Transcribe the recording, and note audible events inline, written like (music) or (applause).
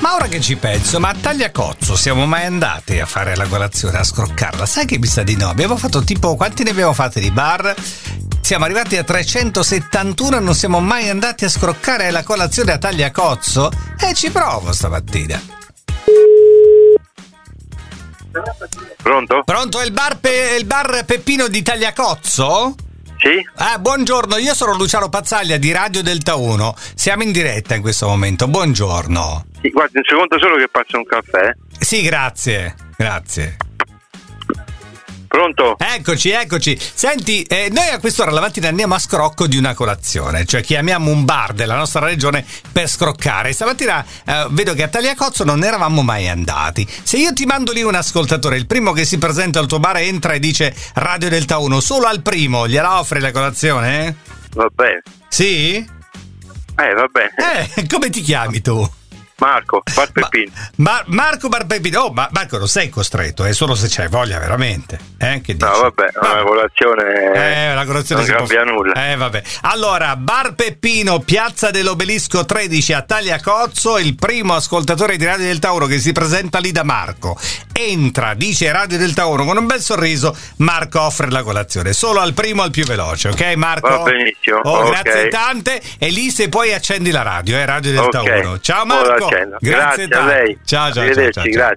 Ma ora che ci penso, ma a Tagliacozzo siamo mai andati a fare la colazione, a scroccarla? Sai che mi sa di no? Abbiamo fatto tipo, quanti ne abbiamo fatti di bar? Siamo arrivati a 371 e non siamo mai andati a scroccare la colazione a Tagliacozzo? E ci provo stamattina. Pronto? Pronto, è il bar, Pe- il bar Peppino di Tagliacozzo? Sì? Ah, buongiorno, io sono Luciano Pazzaglia di Radio Delta 1. Siamo in diretta in questo momento. Buongiorno. Sì, Guardi, un secondo solo che faccio un caffè. eh. Sì, grazie. Grazie. Pronto? Eccoci, eccoci. Senti, eh, noi a quest'ora la mattina andiamo a scrocco di una colazione, cioè chiamiamo un bar della nostra regione per scroccare. Stamattina eh, vedo che a Tagliacozzo non eravamo mai andati. Se io ti mando lì un ascoltatore, il primo che si presenta al tuo bar entra e dice Radio Delta 1, solo al primo gliela offri la colazione? Va bene. Sì? Eh, va bene. Eh, (laughs) come ti chiami tu? Marco, Bar Peppino. Ma- Marco Barbepino, oh, ma Marco non sei costretto, è solo se c'è voglia veramente. Eh, che dici? No, vabbè, una colazione... Eh, la colazione non si può- cambia nulla. Eh, vabbè. Allora, Bar Peppino, Piazza dell'Obelisco 13 a Tagliacozzo, il primo ascoltatore di Radio del Tauro che si presenta lì da Marco. Entra, dice Radio del Tauro con un bel sorriso, Marco offre la colazione, solo al primo al più veloce, ok Marco? Va benissimo, Oh, ok. grazie tante e lì se poi accendi la radio, eh, Radio del Ok. Tauro. Ciao Ora Marco. accendo. Grazie, Grazie a tante. lei. Ciao, ciao, ciao, Arrivederci, ciao, ciao. grazie.